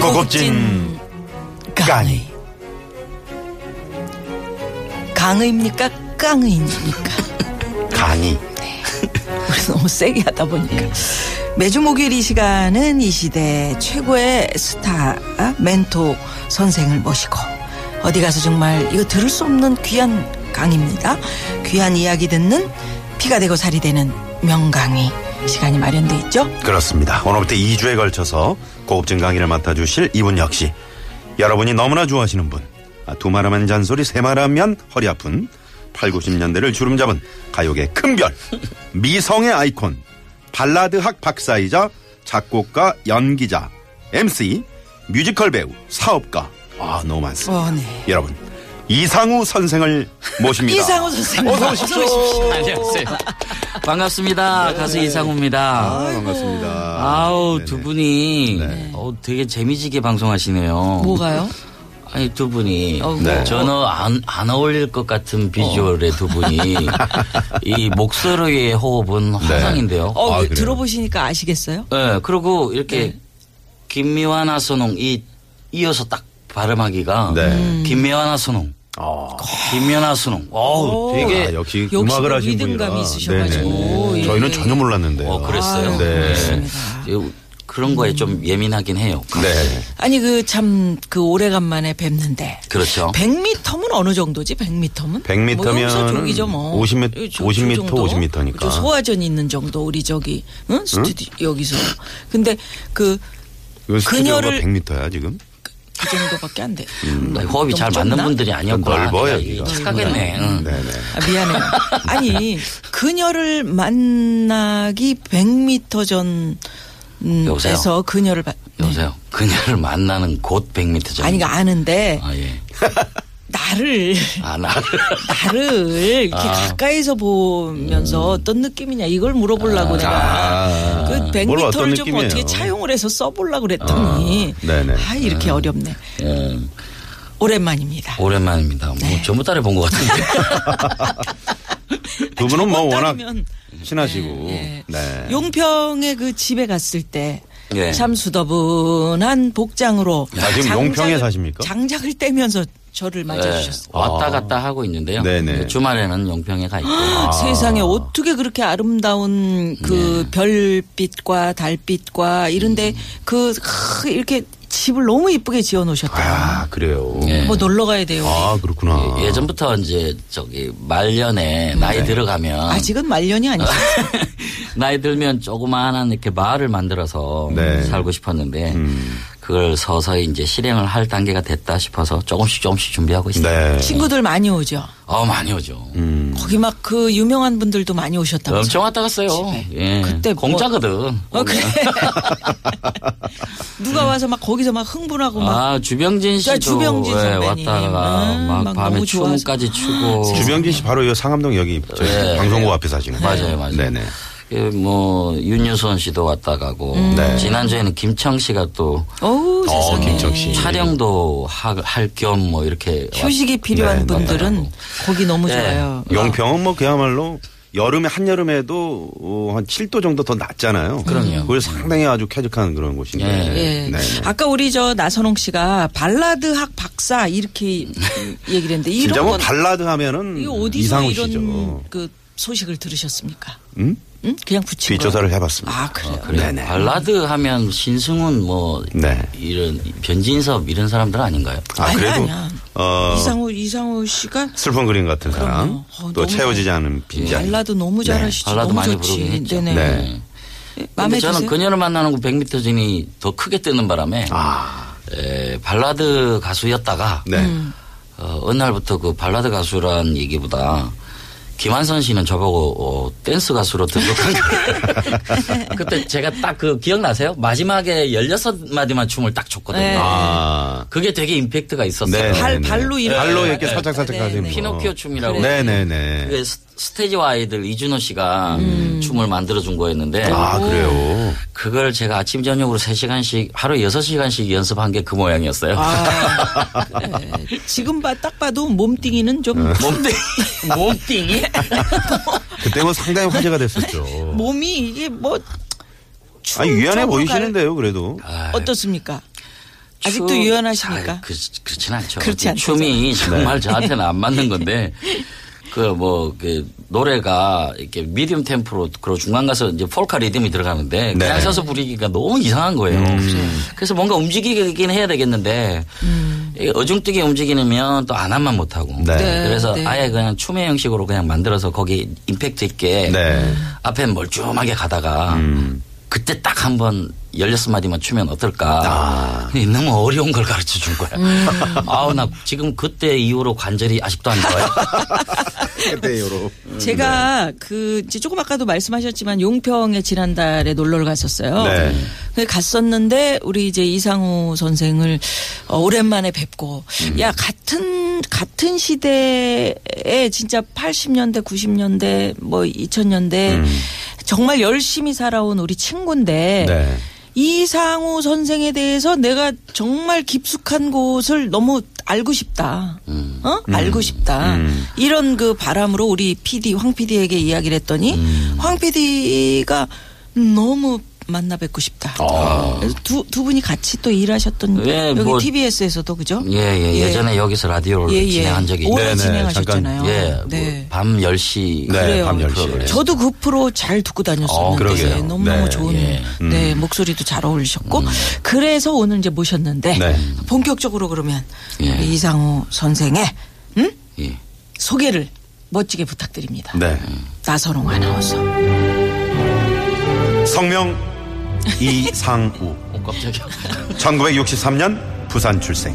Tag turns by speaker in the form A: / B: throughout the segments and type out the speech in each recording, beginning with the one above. A: 고급진 까니
B: 강의입니까? 깡의입니까?
A: 간이
B: 그래서 너무 세게 하다 보니까. 매주 목요일 이 시간은 이 시대 최고의 스타 아? 멘토 선생을 모시고 어디 가서 정말 이거 들을 수 없는 귀한 강의입니다. 귀한 이야기 듣는 피가 되고 살이 되는 명강의 시간이 마련돼 있죠.
A: 그렇습니다. 오늘부터 2주에 걸쳐서 고급진 강의를 맡아주실 이분 역시 여러분이 너무나 좋아하시는 분. 아, 두 말하면 잔소리, 세 말하면 허리 아픈 8, 90년대를 주름 잡은 가요계 큰별 미성의 아이콘 발라드학 박사이자 작곡가, 연기자, MC, 뮤지컬 배우, 사업가 아 너무 많습니다.
B: 어, 네.
A: 여러분 이상우 선생을 모십니다.
B: 이상호 선생님.
A: 어서 오십시오.
C: 안녕하세요. 반갑습니다. 가수 이상우입니다.
A: 네. 아, 반갑습니다.
C: 아우
A: 네네.
C: 두 분이 어, 되게 재미지게 방송하시네요.
B: 뭐가요?
C: 아니 두 분이
A: 네.
C: 저는 안, 안 어울릴 것 같은 비주얼의 두 분이 이 목소리의
A: 네.
C: 호흡은 화상인데요.
B: 어,
A: 아, 그래요?
B: 들어보시니까 아시겠어요?
C: 네, 그리고 이렇게 김미화 나선홍 이 이어서 딱 발음하기가
A: 네.
C: 김미화 나선홍
A: 아.
C: 김미화 나선홍. 어우 되게
A: 아, 역시
B: 역시
A: 음악을
B: 그
A: 하신 분이라.
B: 리듬감이 있으셔가지고.
A: 네네.
B: 예.
A: 저희는 전혀 몰랐는데.
C: 어 그랬어요.
A: 네.
C: 예, 그런 거에 좀 예민하긴 해요.
A: 네.
B: 아니 그 참 그 오래간만에 뵙는데
C: 그렇죠.
B: 100m면 어느 정도지? 100m면?
A: 100m
B: 뭐 여기서 저기죠 뭐.
A: 50m,
B: 이 저-
A: 50m,
B: 정도?
A: 50m 니까.
B: 저 소화전 있는 정도 우리 저기 응? 스튜디 여기서. 근데 그
A: 이거 스튜디오가
B: 그녀를-
A: 100m야 지금.
B: 그 정도밖에 안 돼.
A: 음.
C: 나 음, 호흡이
B: 너무
C: 잘
B: 좁나?
C: 맞는 분들이 아니었구나. 예, 음.
A: 넓어요,
C: 내가
A: 여기가.
C: 착각했네. 응.
A: 네네.
B: 아, 미안해요. 아니 그녀를 만나기 100m 전 음,
C: 여보세요?
B: 에서 그녀를 봐. 네.
C: 여보세요. 그녀를 만나는 곳 100m 전.
B: 아니 그 아는데
C: 아 예.
B: 나를
C: 아 나.
B: 나를 이렇게
A: 아.
B: 가까이서
A: 음.
B: 보면서 어떤 느낌이냐 이걸 물어보려고
C: 아.
B: 내가 그
A: 아. 뭘 어떤
B: 100m를 좀
A: 느낌이에요?
B: 어떻게 차용을 해서 써보려고 그랬더니
A: 아, 네네.
B: 아 이렇게 어렵네
C: 예.
B: 오랜만입니다.
C: 오랜만입니다. 뭐
B: 네.
C: 전부 딸에 본 것 같은데.
A: 두 분은 뭐
B: 저번
A: 워낙
B: 달이면,
A: 친하시고.
B: 예.
A: 네.
B: 용평에 그 집에 갔을 때.
C: 예.
B: 참 수더분한 복장으로
A: 아, 지금 용평에 사십니까? 네.
B: 장작을 떼면서 저를 맞아주셨어요.
C: 왔다 갔다 하고 있는데요. 그
A: 네네.
C: 주말에는 용평에 가 있고.
B: 아. 세상에 어떻게 그렇게 아름다운 그 별빛과 달빛과 이런데 그 크, 이렇게 집을 너무 이쁘게 지어 놓으셨다.
A: 아, 그래요.
C: 예.
B: 뭐 놀러 가야 돼요.
A: 아, 네. 그렇구나.
C: 예, 예전부터 이제 저기 말년에 나이 들어가면
B: 아직은 말년이 아니죠.
C: 나이 들면 조그마한 이렇게 마을을 만들어서
A: 네. 음.
C: 살고 싶었는데 그걸 서서히 이제 실행을 할 단계가 됐다 싶어서 조금씩 조금씩 준비하고 있어요.
A: 네. 음.
B: 친구들 많이 오죠.
C: 어 많이 오죠.
B: 거기 막 그 유명한 분들도 많이 오셨다면서.
C: 엄청 왔다 갔어요. 예.
B: 그때 뭐-
C: 공짜거든.
B: 어, 그래. 누가 와서 막 거기서 막 흥분하고 뭐 막
C: 아 주병진 씨도
B: 자, 주병진
C: 예,
B: 선배님.
C: 왔다가
B: 음,
C: 막,
B: 막
C: 밤에
B: 너무 좋아서.
C: 춤까지 추고
A: 주병진 씨 바로 이 상암동 여기 저희
C: 네.
A: 방송국 앞에 사시는 거
C: 맞아요, 맞아요.
A: 네네.
C: 예, 뭐 윤여선 씨도 왔다 가고
A: 네.
C: 지난주에는 김청 씨가 또
B: 음. 어우
A: 어,
B: 세상에.
A: 김청 씨.
C: 촬영도 할 겸 뭐 이렇게
B: 휴식이 필요한
A: 네,
B: 분들은 거기 너무
C: 네.
B: 좋아요.
A: 용평은 뭐 그야말로 여름에 한여름에도 어, 한 7도 정도 더 낮잖아요.
C: 그럼요.
A: 그걸 상당히 아주 쾌적한 그런 곳인데. 네.
C: 예.
B: 예. 아까 우리 저 나선홍 씨가 발라드학 박사 이렇게 얘기를 했는데 이런
A: 진짜 뭐
B: 건
A: 발라드 하면은
B: 이거 어디서
A: 이상우
B: 이런
A: 씨죠.
B: 그 소식을 들으셨습니까?
A: 응?
B: 응? 그냥 붙인 거예요?
A: 뒷조사를 해봤습니다. 어,
B: 아 그래요.
C: 그래
A: 네네.
C: 발라드 하면 신승훈 뭐
A: 네.
C: 이런 변진섭 이런 사람들 아닌가요?
A: 아,
B: 아니야,
A: 그래도
B: 아니야.
A: 어,
B: 이상우 이상우 씨가
A: 슬픈 그림 같은 사람
B: 그럼요. 어,
A: 또
B: 너무
A: 채워지지 않은 빈자리.
B: 발라드 너무 잘하시죠.
C: 발라드
B: 너무
C: 많이
B: 좋지.
C: 부르긴 했죠.
B: 네네.
A: 네.
B: 예,
C: 근데
B: 마음에
C: 저는
B: 드세요?
C: 그녀를 만나는 거 100m 진이 더 크게 뜨는 바람에
A: 아,
C: 에, 발라드 가수였다가
B: 음,
A: 네.
C: 어, 어, 어느 날부터 그 발라드 가수란 얘기보다 김한선 씨는 저보고 어, 댄스 가수로 등록한 거예요. 그때 제가 딱 그 기억나세요? 마지막에 16마디만 춤을 딱 췄거든요.
B: 네.
A: 아.
C: 그게 되게 임팩트가 있었어요.
A: 네.
B: 발, 발로 이렇게.
A: 발로 이렇게
B: 네,
A: 살짝 살짝
B: 네,
A: 가지는
B: 네.
A: 거.
C: 피노키오 춤이라고.
A: 네네네.
C: 그게 스- 스테이지와 아이들 이준호 씨가 춤을 만들어준 거였는데
A: 아 그래요.
C: 그걸 제가 아침 저녁으로 3시간씩 하루 6시간씩 연습한 게 그 모양이었어요.
B: 아, 네. 지금 봐, 딱 봐도 몸뚱이는
A: 어.
B: 좀,
C: 몸뚱이. 몸뚱이?
A: 그때 뭐 상당히 화제가 됐었죠.
B: 몸이 이게 뭐.
A: 아니 유연해
B: 춤으로
A: 보이시는데요 그래도.
B: 갈- 어떻습니까? 아직도 유연하십니까?
C: 아, 그, 그렇진 않죠.
B: 그렇지 않죠.
C: 춤이 정말
A: 네.
C: 저한테는 안 맞는 건데 그 뭐 그 노래가 이렇게 미디엄 템포로 그리고 중간 가서 이제 폴카 리듬이 들어가는데 그냥
A: 네. 음.
C: 서서 부리기가 너무 이상한 거예요. 그래서 뭔가 움직이긴 해야 되겠는데 이게 어중뜨게 움직이면 또 안 하면 못 하고.
A: 네.
B: 음. 네,
C: 그래서
B: 네.
C: 아예 그냥 춤의 형식으로 그냥 만들어서 거기 임팩트 있게
A: 네.
C: 앞에 멀쩡하게 가다가 그때 딱 한번 16마디만 추면 어떨까.
A: 아.
C: 근데 너무 어려운 걸 가르쳐 준 거야.
B: 음.
C: 아우, 나 지금 그때 이후로 관절이 아직도 안 좋아요.
A: 그때요로.
B: 제가
A: 네.
B: 그 이제 조금 아까도 말씀하셨지만 용평에 지난달에 놀러를 갔었어요.
A: 네.
B: 근데 갔었는데 우리 이제 이상우 선생을 어, 오랜만에 뵙고
A: 음.
B: 야 같은 같은 시대에 진짜 80년대, 90년대 뭐 2000년대 정말 열심히 살아온 우리 친구인데
A: 음. 네.
B: 이상우 선생에 대해서 내가 정말 깊숙한 곳을 너무 알고 싶다.
C: 음.
B: 어? 알고 싶다. 이런 그 바람으로 우리 PD, 황 PD에게 이야기를 했더니 황 PD가 너무 만나 뵙고 싶다. 그래서 두, 두 분이 같이 또 일하셨던
C: 예,
B: 여기
C: 뭐-
B: TBS에서도 그죠?
C: 예, 예. 예전에 여기서 라디오를
B: 예, 예.
C: 진행한 적이 있죠.
B: 오래
A: 네, 네,
B: 진행하셨잖아요.
C: 예. 뭐
B: 네.
C: 밤 10시.
A: 네,
B: 그래요.
A: 밤 10시에.
B: 저도 그 프로 잘 듣고
C: 어,
B: 다녔었는데
A: 그러게요.
B: 네, 너무너무
A: 네.
B: 좋은
C: 예.
B: 네, 목소리도 잘 어울리셨고 그래서 오늘 이제 모셨는데
A: 네.
B: 본격적으로 그러면
C: 예.
B: 우리 이상우 선생의 음?
C: 예.
B: 소개를 멋지게 부탁드립니다.
A: 네.
B: 나선홍 아나운서.
A: 성명 음. 이상우.
C: 어, 깜짝이야.
A: 1963년 부산 출생.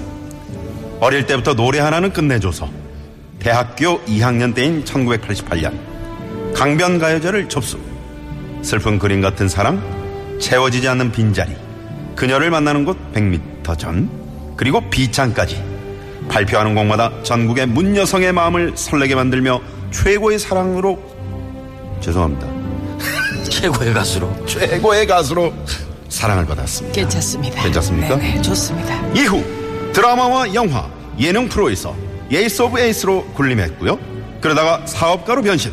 A: 어릴 때부터 노래 하나는 끝내줘서 대학교 2학년 때인 1988년 강변가요제를 접수. 슬픈 그림 같은 사랑, 채워지지 않는 빈자리, 그녀를 만나는 곳 100m 전, 그리고 비창까지 발표하는 곡마다 전국의 문 여성의 마음을 설레게 만들며 최고의 사랑으로 죄송합니다.
C: 최고의 가수로.
A: 최고의 가수로 사랑을 받았습니다.
B: 괜찮습니다.
A: 괜찮습니까?
B: 네네, 좋습니다.
A: 이후 드라마와 영화, 예능 프로에서 에이스 오브 에이스로 군림했고요. 그러다가 사업가로 변신,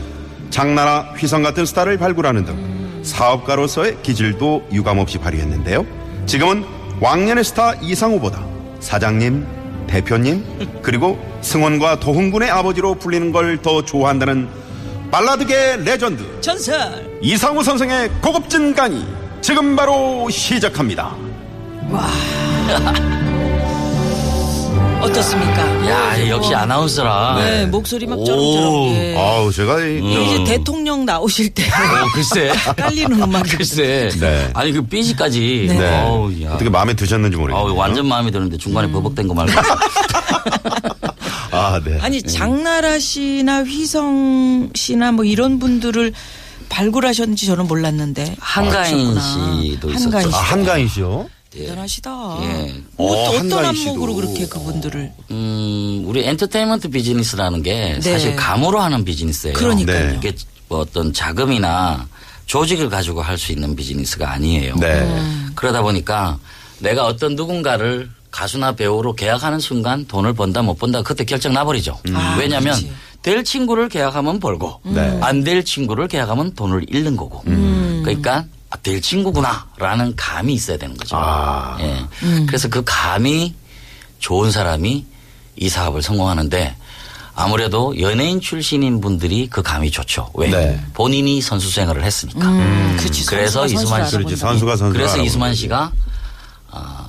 A: 장나라 휘성 같은 스타를 발굴하는 등 사업가로서의 기질도 유감없이 발휘했는데요. 지금은 왕년의 스타 이상우보다 사장님, 대표님, 그리고 승원과 도훈군의 아버지로 불리는 걸 더 좋아한다는 발라드계 레전드
B: 전설.
A: 이상우 선생의 고급진 강의 지금 바로 시작합니다.
B: 어떻습니까?
C: 야, 역시 아나운서라.
B: 네, 목소리 막 저렁저렁. 예.
A: 아우 제가 이-
B: 이게 이제 대통령 나오실 때
C: 어, 글쎄.
B: 깔리는 음악.
C: 글쎄.
A: 네.
C: 아니, 그 삐지까지.
A: 네.
C: 어우, 야.
A: 어떻게 마음에 드셨는지 모르겠네요.
C: 아우, 완전 마음에 드는데 중간에 버벅댄 거 말고.
A: 아 네.
B: 아니 장나라 씨나 휘성 씨나 뭐 이런 분들을 발굴하셨는지 저는 몰랐는데
C: 한가인 씨도
B: 한가인
C: 있었죠.
B: 씨.
A: 아, 한가인 씨요?
B: 대단하시다.
C: 예.
B: 뭐
A: 어,
B: 어떤
A: 한가인 씨도.
B: 안목으로 그렇게 그분들을
C: 음, 우리 엔터테인먼트 비즈니스라는 게
B: 네.
C: 사실 감으로 하는 비즈니스예요.
B: 그러니까요.
A: 네.
C: 이게 뭐 어떤 자금이나 조직을 가지고 할 수 있는 비즈니스가 아니에요.
A: 네.
B: 음.
C: 그러다 보니까 내가 어떤 누군가를 가수나 배우로 계약하는 순간 돈을 번다 못 번다 그때 결정 나버리죠.
B: 아,
C: 왜냐하면
B: 그렇지.
C: 될 친구를 계약하면 벌고
A: 네.
C: 안 될 친구를 계약하면 돈을 잃는 거고. 그러니까 아, 될 친구구나라는 감이 있어야 되는 거죠.
A: 아.
C: 예.
B: 음.
C: 그래서 그 감이 좋은 사람이 이 사업을 성공하는데 아무래도 연예인 출신인 분들이 그 감이 좋죠. 왜?
A: 네.
C: 본인이 선수 생활을 했으니까.
B: 음. 그치,
C: 음. 그래서
B: 선수가 선수를
C: 이수만 씨를
B: 알아본다.
A: 그렇지 선수가 선수.
C: 그래서 이수만 씨가 아,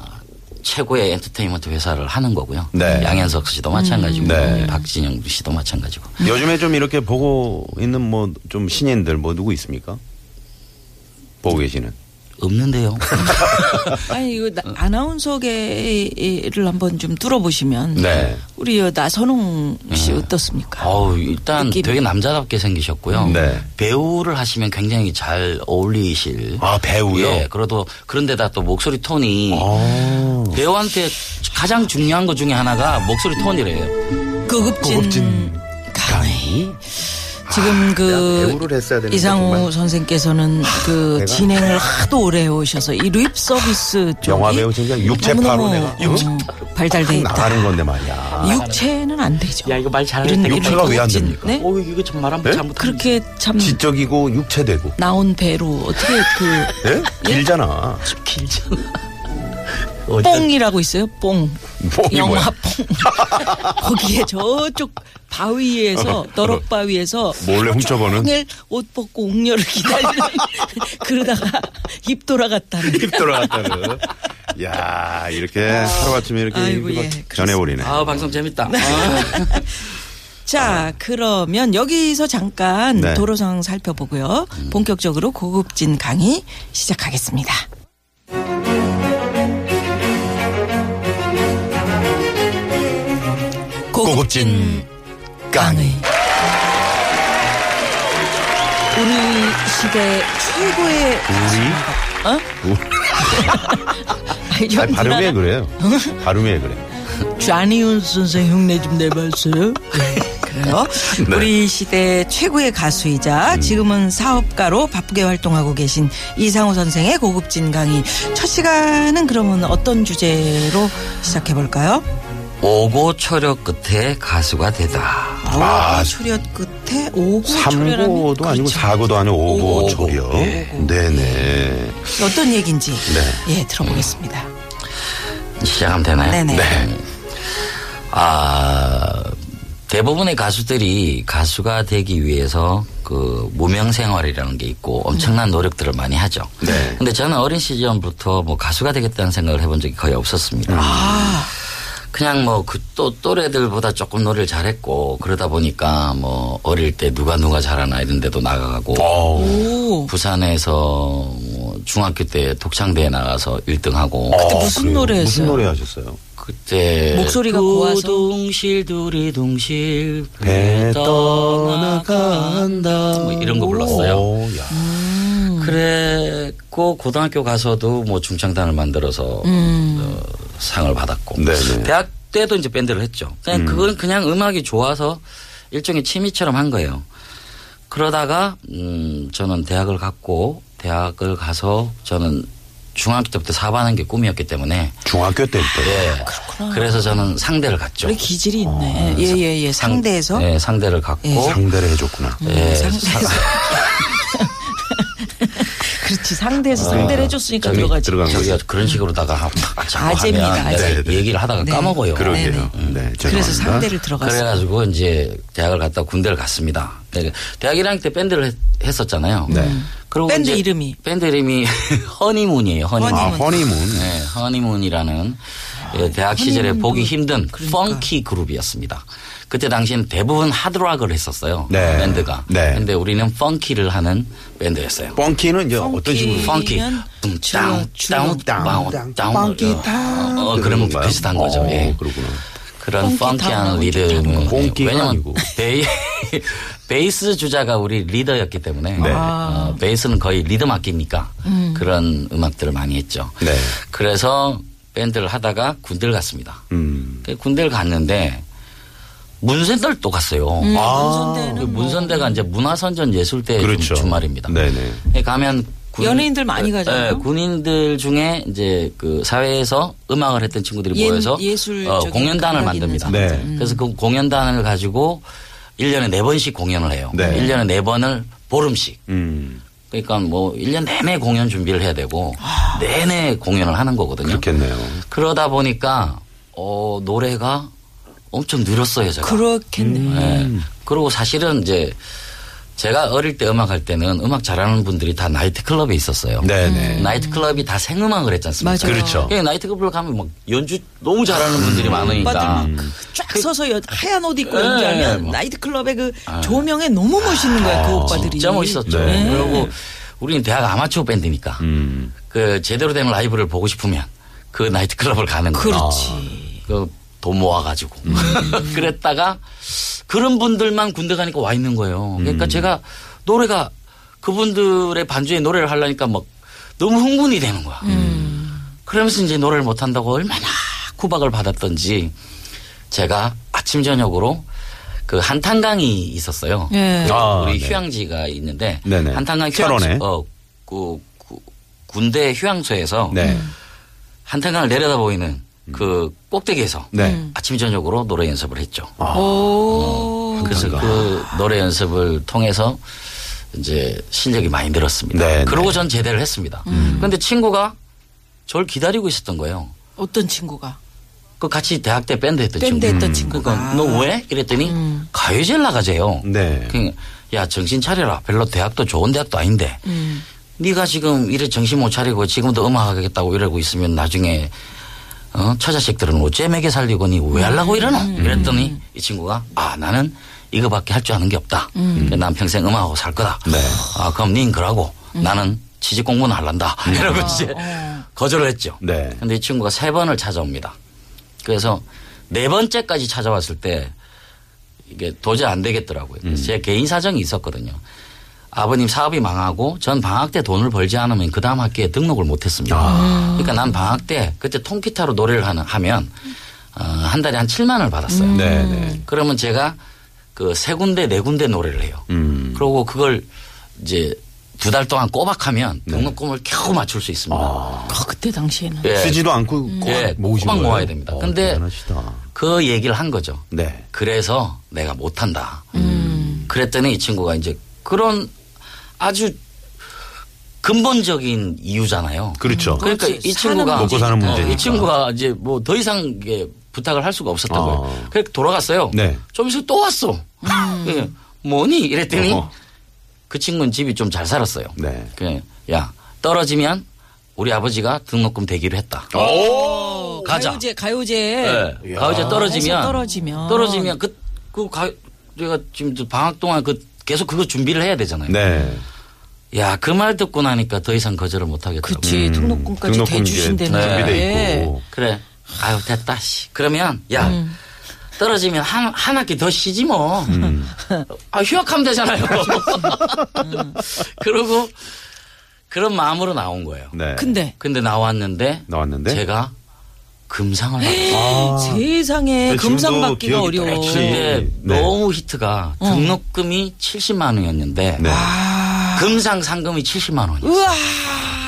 C: 최고의 엔터테인먼트 회사를 하는 거고요.
A: 네.
C: 양현석 씨도 마찬가지고
A: 네.
C: 박진영 씨도 마찬가지고.
A: 요즘에 좀 이렇게 보고 있는 뭐 좀 신인들 뭐 누구 있습니까? 보고 계시는.
C: 없는데요.
B: 아니 이거 나- 아나운서계를 한번 좀 뚫어보시면
A: 네.
B: 우리 여 나선홍 씨 어떻습니까?
C: 어우, 일단
B: 느낌이.
C: 되게 남자답게 생기셨고요.
A: 네.
C: 배우를 하시면 굉장히 잘 어울리실.
A: 아, 배우요?
C: 예, 그래도 그런데다 또 목소리 톤이
A: 어.
C: 배우한테 가장 중요한 것 중에 하나가 목소리 톤이래요.
B: 고급진, 강의. 지금 그
A: 아, 배우를 했어야 되는데,
B: 이상호
A: 정말.
B: 선생께서는 그
A: 내가?
B: 진행을 하도 오래 해오셔서 이 립 서비스 쪽이
A: 영화 배우 진짜 육체파로
B: 너무너무,
A: 내가, 어?
B: 어, 발달돼 있다.
A: 나가는 건데 말이야.
B: 육체는 안 되죠.
C: 야, 이거 말 잘했다.
B: 이런
A: 육체가
B: 이런
A: 왜안
B: 고급진,
A: 됩니까?
B: 네?
C: 오, 이거 참 말한
A: 네?
C: 잘못.
B: 그렇게 참
A: 지적이고 육체되고.
B: 나온 배로 어떻게 그
A: 예? 길잖아.
C: 길잖아. 어쨌든
B: 뽕이라고 있어요. 뽕.
A: 뽕이
B: 영화
A: 뭐야?
B: 뽕. 거기에 저쪽
A: 어,
B: 바위에서 너럭 바위에서
A: 몰래 훔쳐보는?
B: 종일 옷 벗고 옥녀를 기다리는 그러다가 입 돌아갔다는.
A: 입 돌아갔다는. 야 이렇게 하루아침에 이렇게
B: 아이고,
A: 이거
B: 예,
A: 전해버리네.
C: 아 방송 재밌다. 아.
B: 자, 그러면 여기서 잠깐
A: 네. 음.
B: 도로 상황 살펴보고요. 본격적으로 고급진 강의 시작하겠습니다.
A: 고급진
B: 강의. 우리 시대 최고의
A: 음. 우리?
B: 아이디어
A: 아니, 발음이 왜 그래요? 발음이 왜 그래?
B: 좌니온 선생 흉내 좀 내봤어요. 그래요.
A: 네. 음.
B: 우리 시대 최고의 가수이자 지금은 사업가로 바쁘게 활동하고 계신 이상호 선생의 고급진 강의. 첫 시간은 그러면 어떤 주제로 시작해 볼까요?
C: 어. 오고 철역 끝에 가수가 되다.
B: 아, 초려 끝에 오고 초려라는
A: 3고도 아니고
B: 어, 그렇죠.
A: 사고도 아니고
C: 오고, 예.
A: 5고 초려.
C: 오고.
A: 네네.
B: 어떤 얘기인지
A: 네.
B: 예 들어보겠습니다.
C: 시작하면 되나요?
B: 네네.
C: 아, 대부분의 가수들이 가수가 되기 위해서 그 무명 생활이라는 게 있고 엄청난 노력들을 많이 하죠.
A: 네.
C: 근데 저는 어린 시절부터 뭐 가수가 되겠다는 생각을 해본 적이 거의 없었습니다.
A: 음.
B: 아.
C: 그냥 뭐 그 또 또래들보다 조금 노래를 잘했고 그러다 보니까 뭐 어릴 때 누가 누가 잘하나 이런 데도 나가고
A: 어.
B: 오
C: 부산에서 뭐 중학교 때 독창대회 나가서 1등하고
B: 그때 무슨
A: 그래요?
B: 노래
A: 무슨
B: 했어요?
A: 노래 하셨어요?
C: 그때
B: 목소리가 고와서?
C: 두둥실 두리둥실
A: 배
C: 배 떠나간다 뭐 이런 거 불렀어요.
A: 오, 야.
B: 음.
C: 그랬고 고등학교 가서도 뭐 중창단을 만들어서
B: 음.
C: 어, 상을 받았고
A: 네네.
C: 대학 때도 이제 밴드를 했죠. 그냥 그건 그냥 음악이 좋아서 일종의 취미처럼 한 거예요. 그러다가 음 저는 대학을 갔고 대학을 가서 저는 중학교 때부터 사반한 게 꿈이었기 때문에
A: 중학교 때부터.
C: 예. 그래서 저는 상대를 갔죠.
B: 우리 기질이
A: 어,
B: 있네. 예예예 상대에서
A: 네.
C: 예, 상대를 갖고
B: 예.
A: 상대를 해줬구나.
C: 예,
B: 상대에서 그렇지 상대에서 상대를 해줬으니까
C: 저기
B: 들어가지.
A: 아, 들어간 거죠.
C: 저기가 그런 식으로다가 하- 자꾸
B: 아재입니다,
C: 하면
B: 아재. 네.
C: 내가 얘기를 하다가 까먹어요.
A: 네. 그러게요.
B: 네네.
A: 네, 죄송합니다.
B: 그래서 상대를 들어갔어.
C: 그래가지고 이제 대학을 갔다 군대를 갔습니다. 네, 대학 1학년 때 밴드를 했, 었잖아요
A: 네.
C: 그리고
B: 음. 밴드
C: 이제
B: 이름이?
C: 밴드 이름이 허니문이에요. 허니문.
A: 아, 허니문.
C: 네, 허니문이라는 예, 대학 시절에 보기 힘든
B: 그러니까.
C: 펑키 그룹이었습니다. 그때 당시엔 대부분 하드락을 했었어요.
A: 네.
C: 밴드가.
A: 네.
C: 근데 우리는 펑키를 하는 밴드였어요.
A: 뻥키는 이제 어떤 식으로?
C: 펑키. 음,
B: 줄여, 줄여.
C: 땅땅땅땅 펑키
A: 다
C: 어, 그런 거 비슷한 거죠.
A: 어,
C: 예.
A: 그렇구나.
C: 그런 펑키한 리듬은 예.
A: 펑키가
C: 왜냐면
A: 아니고.
C: 베이, 베이스 주자가 우리 리더였기 때문에
A: 네.
C: 어, 베이스는 거의 리듬 악기니까
B: 음.
C: 그런 음악들을 많이 했죠.
A: 네.
C: 그래서 밴드를 하다가 군대를 갔습니다.
A: 음.
C: 그 군대를 갔는데 문센터를 또 갔어요.
B: 음. 아.
C: 그 문선대가 이제 문화선전 예술대
A: 그렇죠.
C: 주말입니다. 예,
A: 네네.
C: 가면
B: 연예인들 많이 가잖아요.
C: 예, 군인들 중에 이제 그 사회에서 음악을 했던 친구들이
B: 예-
C: 모여서
B: 예술적인
C: 어, 공연단을
B: 감각 있는 음.
C: 만듭니다.
A: 사람들. 네.
C: 그래서 그 공연단을 가지고 1년에 4번씩 공연을 해요.
A: 네.
C: 1년에 4번을 보름씩.
A: 음.
C: 그러니까 뭐 1년 내내 공연 준비를 해야 되고
B: 아.
C: 내내 공연을 하는 거거든요.
A: 그렇겠네요.
C: 그러다 보니까 어, 노래가 엄청 늘었어요, 제가.
B: 그렇겠네.
A: 음.
C: 예. 그리고 사실은 이제 제가 어릴 때 음악 할 때는 음악 잘하는 분들이 다 나이트 클럽에 있었어요. 음.
A: 네네.
C: 나이트 클럽이 다 생음악을 했지 않습니까?
B: 맞아요.
A: 그렇죠. 음.
C: 예, 나이트 클럽 가면 막 연주 너무 잘하는 분들이 많으니까.
B: 오빠들 막쫙 서서 여- 하얀 옷 입고 연주하면
C: 뭐. 아,
B: 나이트 클럽의 그 조명에 너무 멋있는 거야 그 오빠들이.
C: 진짜 멋있었죠.
A: 네. 음.
C: 그리고 우리는 대학 아마추어 밴드니까. 그 제대로 된 라이브를 보고 싶으면 그 나이트클럽을 가는 거예요. 아.
B: 그렇지.
C: 그돈 모아가지고
A: 음.
C: 그랬다가 그런 분들만 군대 가니까 와 있는 거예요.
A: 음.
C: 그러니까 제가 노래가 그분들의 반주에 노래를 하려니까 막 너무 흥분이 되는 거야. 그러면서 이제 노래를 못 한다고 얼마나 구박을 받았던지 제가 아침 저녁으로 그 한탄강이 있었어요.
B: 예.
A: 아,
C: 우리
A: 네.
C: 휴양지가 있는데
A: 네네.
C: 한탄강
A: 철원에.
C: 휴양지 어, 그, 그 군대 휴양소에서
A: 네.
C: 한탄강을 내려다 보이는 그 꼭대기에서
A: 음. 네.
B: 음.
A: 아,
C: 아침 저녁으로 노래 연습을 했죠.
B: 오.
C: 그래서 그 노래 연습을 통해서 이제 실력이 많이 늘었습니다.
A: 네, 음.
C: 그러고
A: 네.
C: 전 제대를 했습니다. 그런데 친구가 저를 기다리고 있었던 거예요.
B: 어떤 친구가?
C: 그 같이 대학 때 밴드 했던
B: 밴드
C: 친구.
B: 했던 친구가. 음.
C: 그러니까 너 왜? 이랬더니 가요제를 나가재요.
A: 네.
C: 그냥 야 정신 차려라. 별로 대학도 좋은 대학도 아닌데 네가 지금 이래 정신 못 차리고 지금도 음악 하겠다고 이러고 있으면 나중에 어? 처자식들은 어째 먹여 살리고 니 왜 하려고 이러노? 이랬더니 이 친구가 아 나는 이거밖에 할 줄 아는 게 없다. 그래서 난 평생 음악하고 살 거다.
A: 네.
C: 아 그럼 닌 그러고 나는 취직 공부는 할란다. 이러고 이제 거절을 했죠.
A: 음. 네.
C: 근데 이 친구가 세 번을 찾아옵니다. 그래서 네 번째까지 찾아왔을 때 이게 도저히 안 되겠더라고요. 그래서
A: 음.
C: 제 개인 사정이 있었거든요. 아버님 사업이 망하고 전 방학 때 돈을 벌지 않으면 그 다음 학기에 등록을 못했습니다.
A: 아.
C: 그러니까 난 방학 때 그때 통기타로 노래를 하는 하면 어, 한 달에 한 7만 원을 받았어요.
A: 네,
B: 음.
A: 네.
C: 그러면 제가 그 세 군데 네 군데 노래를 해요.
A: 음.
C: 그러고 그걸 이제 두 달 동안 꼬박하면
A: 네.
C: 등록금을 겨우 맞출 수 있습니다.
B: 아, 그때 당시에는.
C: 예.
A: 쓰지도 않고
B: 음.
A: 꼬박
C: 예,
A: 모으신
C: 꼬박
A: 거예요.
C: 모아야 됩니다.
A: 어,
C: 근데
A: 대단하시다.
C: 그 얘기를 한 거죠.
A: 네.
C: 그래서 내가 못한다. 그랬더니 이 친구가 이제 그런 아주 근본적인 이유잖아요.
A: 그렇죠.
C: 그러니까
B: 음, 그렇지.
C: 이
B: 사는
C: 친구가
A: 먹고 사는
C: 어,
A: 문제니까.
C: 이 친구가 이제 뭐 더 이상 이게 부탁을 할 수가 없었던
A: 아.
C: 거예요. 그래서 돌아갔어요.
A: 네.
C: 좀 있으면 또 왔어.
B: 음.
C: 예. 뭐니? 이랬더니
A: 어허.
C: 그 친구는 집이 좀 잘 살았어요.
A: 네.
C: 그냥 야 떨어지면 우리 아버지가 등록금 대기를 했다.
B: 어,
C: 가자.
B: 가요제, 가요제.
C: 예. 가요제
B: 해서
C: 떨어지면
B: 아, 떨어지면.
C: 떨어지면 그, 그 가, 내가 지금 저 방학 동안 그 계속 그거 준비를 해야 되잖아요.
A: 네.
C: 야, 그 말 듣고 나니까 더 이상 거절을 못 하겠더라고.
B: 그치, 등록금까지
A: 등록금 이제
B: 대주신다는 예.
A: 준비돼 있고.
C: 그래. 아유, 됐다, 씨. 그러면, 야,
B: 음.
C: 떨어지면 한, 한 학기 더 쉬지 뭐.
A: 음.
C: 아, 휴학하면 되잖아요.
B: 음.
C: 그러고, 그런 마음으로 나온 거예요.
A: 네.
B: 근데
C: 근데 나왔는데,
A: 나왔는데?
C: 제가 금상을 받았어요.
A: 근데
B: 세상에
C: 그
B: 금상
A: 지금도
B: 받기가
A: 기억이
B: 어려워.
A: 딱 지금.
C: 근데
A: 네.
C: 너무 히트가 등록금이 70만 원이었는데
A: 네.
C: 금상 상금이 70만 원이요.
B: 우와.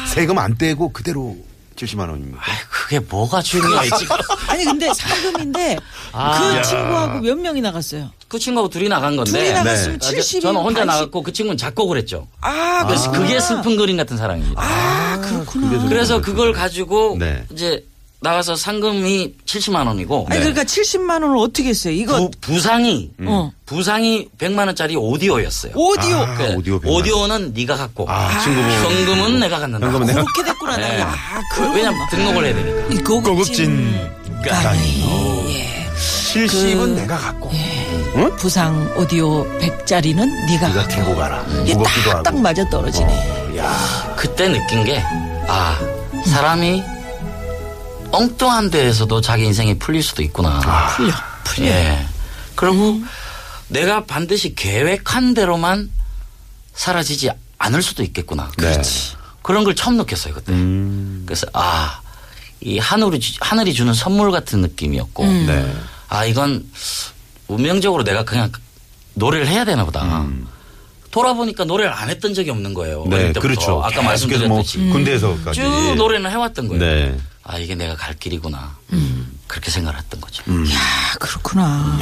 A: 세금 안 떼고 그대로 70만 원입니다.
C: 아이, 그게 뭐가 그, 중요하지?
B: 아니 근데 상금인데
C: 아.
B: 그 친구하고 몇 명이 나갔어요?
C: 그 친구하고 둘이 나간 건데.
B: 둘이 나갔으면
C: 아, 저-
B: 70이
C: 저는 혼자 나갔고 그 친구는 작곡을 했죠.
B: 아, 그래서
C: 그래서 그게 슬픈 그림 같은 사랑입니다.
B: 아, 그렇구나.
C: 그래서 그걸 가지고
A: 네.
C: 이제 나가서 상금이 70만 원이고
B: 아니 그러니까 70만 원을 어떻게 했어요? 이거
C: 부, 부상이
B: 어.
C: 부상이 100만 원짜리 오디오였어요.
B: 오디오
A: 아,
C: 그
A: 오디오 100만 원.
C: 오디오는 네가 갖고
A: 아, 친구 보고.
C: 현금은 내가 갖는다.
A: 현금은 내가
B: 그렇게 됐구나.
C: 네.
B: 나. 아, 그렇구나.
C: 왜냐면 등록을 해야 되니까.
B: 이 고급진 강의. 예.
A: 70은 내가 갖고.
B: 부상 오디오 100짜리는 네가
A: 네가
B: 갖고.
A: 들고 가라.
B: 이게
A: 무겁기도 하고.
B: 딱딱 맞아 떨어지네.
C: 그때 느낀 게, 아, 사람이 엉뚱한 데에서도 자기 인생이 풀릴 수도 있구나.
B: 풀려. 풀려.
C: 예. 그리고
A: 음.
C: 내가 반드시 계획한 대로만 사라지지 않을 수도 있겠구나.
A: 그렇지.
C: 그런 걸 처음 느꼈어요, 그때. 그래서, 아, 이 하늘이, 주- 하늘이 주는 선물 같은 느낌이었고,
A: 네.
C: 아, 이건 운명적으로 내가 그냥 노래를 해야 되나 보다. 돌아보니까 노래를 안 했던 적이 없는 거예요. 어릴
A: 음. 네,
C: 때부터.
A: 그렇죠.
C: 아까
A: 계속해서
C: 말씀드렸듯이.
A: 뭐 군대에서까지.
C: 음. 쭉 노래는 해왔던 거예요.
A: 네. 음.
C: 아, 이게 내가 갈 길이구나. 그렇게 생각을 했던 거죠.
B: 아, 그렇구나.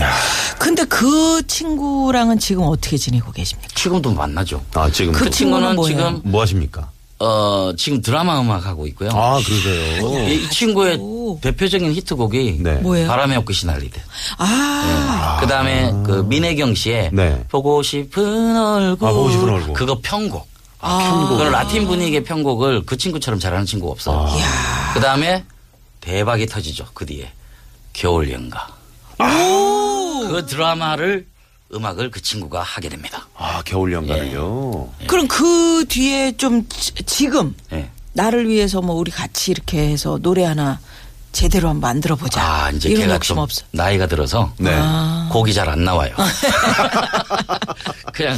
B: 근데 그 친구랑은 지금 어떻게 지내고 계십니까?
C: 지금도 만나죠.
A: 아, 지금
B: 그
C: 그 친구는
B: 친구는 뭐예요?
C: 지금,
A: 뭐 하십니까?
C: 어, 지금 드라마 음악 하고 있고요.
A: 아, 그러세요.
C: 이, 이 친구의
B: 아이고.
C: 대표적인 히트곡이
A: 네.
B: 뭐예요?
C: 바람에 없고 시날리듯.
B: 아,
C: 그 다음에 그 민혜경 씨의
A: 네.
C: 보고 싶은 얼굴.
A: 아, 보고 싶은 얼굴.
C: 그거 편곡.
B: 아.
C: 그건 라틴 분위기의 편곡을 그 친구처럼 잘하는 친구가 없어요.
A: 아.
C: 그 다음에 대박이 터지죠. 그 뒤에. 겨울 연가. 그 드라마를 음악을 그 친구가 하게 됩니다.
B: 예.
A: 아, 겨울 연가를요.
B: 그럼 그 뒤에 좀 지- 지금
C: 예.
B: 나를 위해서 뭐 우리 같이 이렇게 해서 노래 하나 제대로 한번 만들어 보자.
C: 아, 이제
B: 이런
C: 걔가
B: 욕심
C: 좀
B: 없어. 아.
C: 나이가 들어서
A: 네.
C: 곡이 잘 안 나와요. 그냥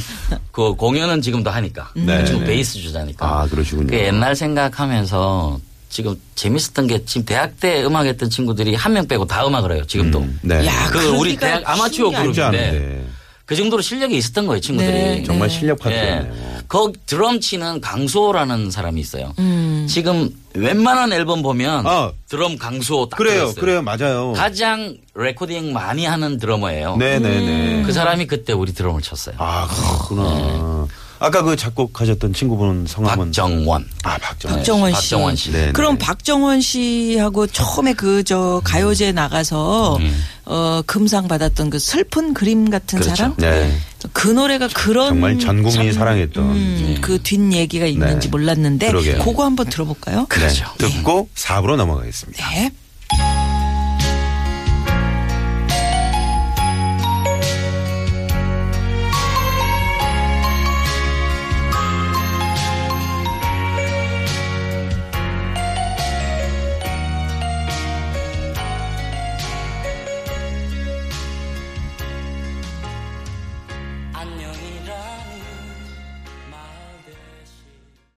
C: 그 공연은 지금도 하니까
B: 음.
A: 네,
C: 지금
A: 네.
C: 베이스 주자니까.
A: 아, 그러시군요.
C: 그 옛날 생각하면서 지금 재밌었던 게 지금 대학 때 음악했던 친구들이 한 명 빼고 다 음악을 해요. 지금도.
A: 네.
B: 야,
C: 그
B: 아, 그러기가
C: 우리 대학
B: 쉬운
C: 아마추어
A: 쉽지
B: 게
C: 그룹인데
A: 않은데.
C: 그 정도로 실력이 있었던 거예요 친구들이.
B: 네.
A: 네. 정말 실력
C: 예.
A: 파트였네요.
C: 거 드럼 치는 강수호라는 사람이 있어요.
B: 음.
C: 지금 웬만한 앨범 보면
A: 아.
C: 드럼 강수호 딱
A: 그래요,
C: 들어있어요.
A: 그래요, 맞아요.
C: 가장 레코딩 많이 하는 드러머예요.
A: 네네네.
C: 그 사람이 그때 우리 드럼을 쳤어요.
A: 아, 그렇구나. 아까 그 작곡하셨던 친구분 성함은?
C: 박정원.
A: 아, 박정.
B: 박정원 씨.
C: 박정원 씨.
A: 네.
B: 그럼 박정원 씨하고 처음에 그 저 가요제 나가서 어 금상 받았던 그 슬픈 그림 같은
C: 음. 그렇죠.
B: 사람
A: 네.
B: 그 노래가 그런
A: 정말 전 국민이
B: 참,
A: 사랑했던.
C: 네.
B: 음, 그뒷 얘기가 있는지
A: 네.
B: 몰랐는데
A: 그러게요.
C: 그렇죠.
B: 그거 한번 들어볼까요?
A: 네. 듣고 4부로 넘어가겠습니다.
B: 네.